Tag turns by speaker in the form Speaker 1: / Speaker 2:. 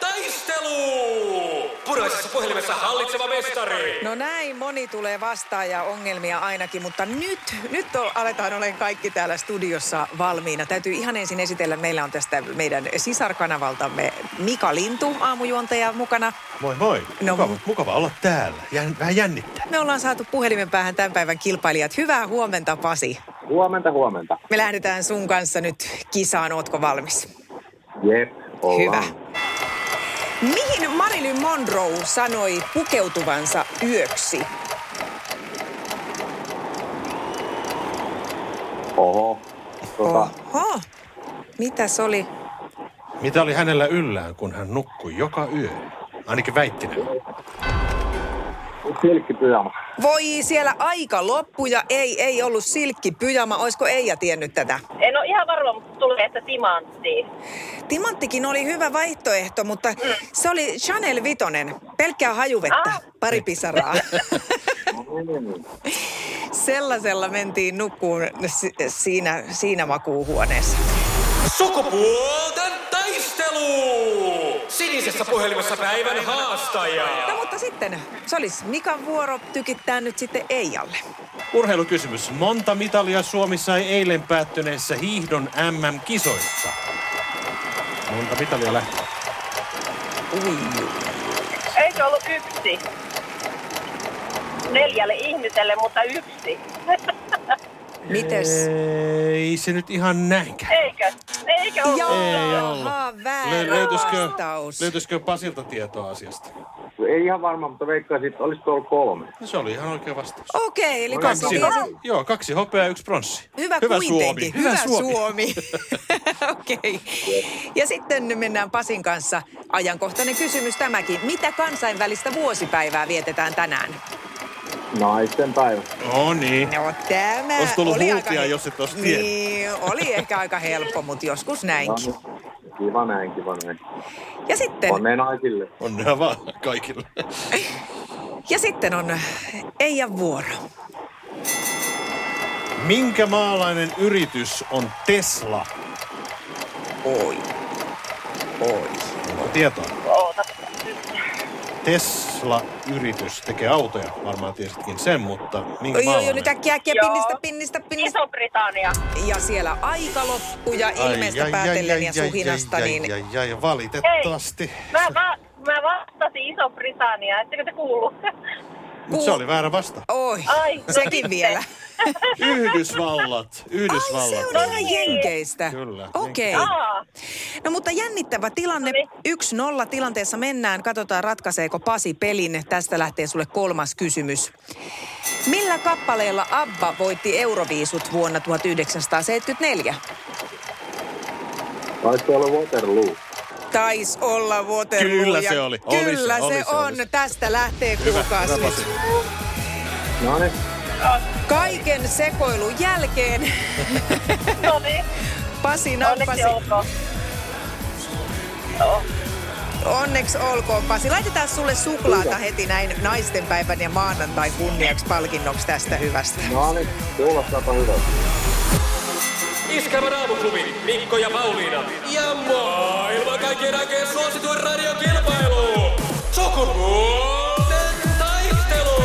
Speaker 1: taistelu! Puraisessa puhelimessa hallitseva mestari!
Speaker 2: No näin, moni tulee vastaan ja ongelmia ainakin, mutta nyt, nyt on, aletaan olen kaikki täällä studiossa valmiina. Täytyy ihan ensin esitellä, meillä on tästä meidän sisarkanavaltamme Mika Lintu, aamujuontaja mukana.
Speaker 3: Moi moi.
Speaker 2: No,
Speaker 3: mukava,
Speaker 2: mu-
Speaker 3: mukava olla täällä. Jän, vähän jännittää.
Speaker 2: Me ollaan saatu puhelimen päähän tämän päivän kilpailijat. Hyvää huomenta Pasi.
Speaker 4: Huomenta, huomenta.
Speaker 2: Me lähdetään sun kanssa nyt kisaan, ootko valmis?
Speaker 4: Jep, ollaan.
Speaker 2: Hyvä. Mihin Marilyn Monroe sanoi pukeutuvansa yöksi?
Speaker 4: Oho. Tota,
Speaker 2: Oho, mitä se oli?
Speaker 3: Mitä oli hänellä yllään, kun hän nukkui joka yö? Ainakin väitti näin.
Speaker 4: silkkipyjama.
Speaker 2: Voi siellä aika loppu ja ei, ei ollut silkkipyjama. Olisiko Eija tiennyt tätä?
Speaker 5: En ole ihan varma, mutta tulee, että timantti.
Speaker 2: Timanttikin oli hyvä vaihtoehto, mutta se oli Chanel Vitonen. Pelkkää hajuvettä,
Speaker 5: Ah.
Speaker 2: pari pisaraa. Sellaisella mentiin nukkuun si- siinä, siinä makuuhuoneessa.
Speaker 1: Sukupuolten taistelu! Sinisessä puhelimessa päivän haastaja!
Speaker 2: No mutta sitten, se olisi Mikan vuoro tykittää nyt sitten Eijalle.
Speaker 3: Urheilukysymys. Monta mitalia Suomi sai eilen päättyneessä hiihdon MM-kisoissa? Monta mitalia lähti?
Speaker 2: Ui,
Speaker 5: Eikö ollut yksi? Neljälle ihmiselle, mutta yksi.
Speaker 2: mites?
Speaker 3: Ei se nyt ihan näinkään.
Speaker 5: Eikö? Eikö ollut?
Speaker 3: Ei ollut.
Speaker 2: Jaha,
Speaker 3: Lö-
Speaker 2: väärä
Speaker 3: löytyisikö,
Speaker 2: vastaus.
Speaker 3: löytyisikö Pasilta tietoa asiasta?
Speaker 4: Ei ihan varma, mutta veikkaisin, että olisiko ollut kolme.
Speaker 3: No se oli ihan oikea vastaus.
Speaker 2: Okei, eli
Speaker 3: Kaksi,
Speaker 2: kaksi vielä.
Speaker 3: joo, kaksi hopeaa ja yksi pronssi.
Speaker 2: Hyvä,
Speaker 3: Hyvä
Speaker 2: kuitenkin.
Speaker 3: Suomi.
Speaker 2: Hyvä, Suomi. Okei. Ja sitten mennään Pasin kanssa. Ajankohtainen kysymys tämäkin. Mitä kansainvälistä vuosipäivää vietetään tänään?
Speaker 4: Naisten päivä.
Speaker 3: No niin.
Speaker 2: No tämä
Speaker 3: Ois tullut
Speaker 2: oli
Speaker 3: huutia,
Speaker 2: aika...
Speaker 3: jos et ois tiennyt.
Speaker 2: Niin, oli ehkä aika helppo, mutta joskus
Speaker 5: No niin.
Speaker 2: näinkin.
Speaker 4: Kiva näin, kiva näin.
Speaker 2: Ja sitten,
Speaker 4: Onnea naisille.
Speaker 3: Onnea vaan kaikille.
Speaker 2: ja sitten on Eijan vuoro.
Speaker 3: Minkä maalainen yritys on Tesla?
Speaker 2: Oi. Oi.
Speaker 3: Onko tietoa?
Speaker 5: Oota.
Speaker 3: Tesla-yritys tekee autoja, varmaan tiesitkin sen, mutta minkä
Speaker 2: Oi, oi, oi,
Speaker 3: maalainen?
Speaker 2: nyt äkkiä, äkkiä,
Speaker 5: Joo.
Speaker 2: pinnistä, pinnistä, pinnistä.
Speaker 5: Iso-Britannia.
Speaker 2: Ja siellä aika loppu ja
Speaker 3: Ai,
Speaker 2: ilmeestä
Speaker 3: ai, ai,
Speaker 2: päätellen
Speaker 3: ai,
Speaker 2: ja
Speaker 3: ai,
Speaker 2: suhinasta,
Speaker 3: ai,
Speaker 2: niin
Speaker 3: ai, ai, ai, valitettavasti.
Speaker 5: Mä, va- mä vastasin Iso-Britannia. Ettekö te kuulu?
Speaker 3: Mut se oli väärä vasta.
Speaker 2: Oi,
Speaker 5: Ai, no
Speaker 2: sekin
Speaker 5: sitten.
Speaker 2: vielä.
Speaker 3: Yhdysvallat.
Speaker 2: Ai,
Speaker 3: Yhdysvallat.
Speaker 2: se on ihan jenkeistä.
Speaker 3: Kyllä,
Speaker 2: Okei. Okay.
Speaker 5: Aa,
Speaker 2: No mutta jännittävä tilanne.
Speaker 5: No
Speaker 2: 1-0 tilanteessa mennään. Katsotaan ratkaiseeko Pasi pelin. Tästä lähtee sulle kolmas kysymys. Millä kappaleella ABBA voitti Euroviisut vuonna 1974?
Speaker 4: Taisi olla Waterloo.
Speaker 2: Taisi olla Waterloo.
Speaker 3: Kyllä
Speaker 2: ja
Speaker 3: se oli. Oli se,
Speaker 2: Kyllä
Speaker 3: oli
Speaker 2: se
Speaker 3: se,
Speaker 2: on.
Speaker 3: oli se.
Speaker 2: Tästä lähtee kuulkaas
Speaker 3: hyvä
Speaker 2: nyt.
Speaker 3: Pasi.
Speaker 4: No niin,
Speaker 2: Kaiken sekoilun jälkeen
Speaker 5: no niin.
Speaker 2: Pasi
Speaker 5: Onneksi
Speaker 2: nappasi.
Speaker 5: olkoon.
Speaker 2: Onneksi olkoon Pasi. Laitetaan sulle suklaata heti näin naistenpäivän ja maanantai kunniaksi palkinnoksi tästä hyvästä.
Speaker 4: no niin. Kuulostaapa hyvältä.
Speaker 1: Iskävä raamuklubi, Mikko ja Pauliina. Ja maailman kaikkien aikeen suosituen radiokilpailu. Sukupuolten taistelu!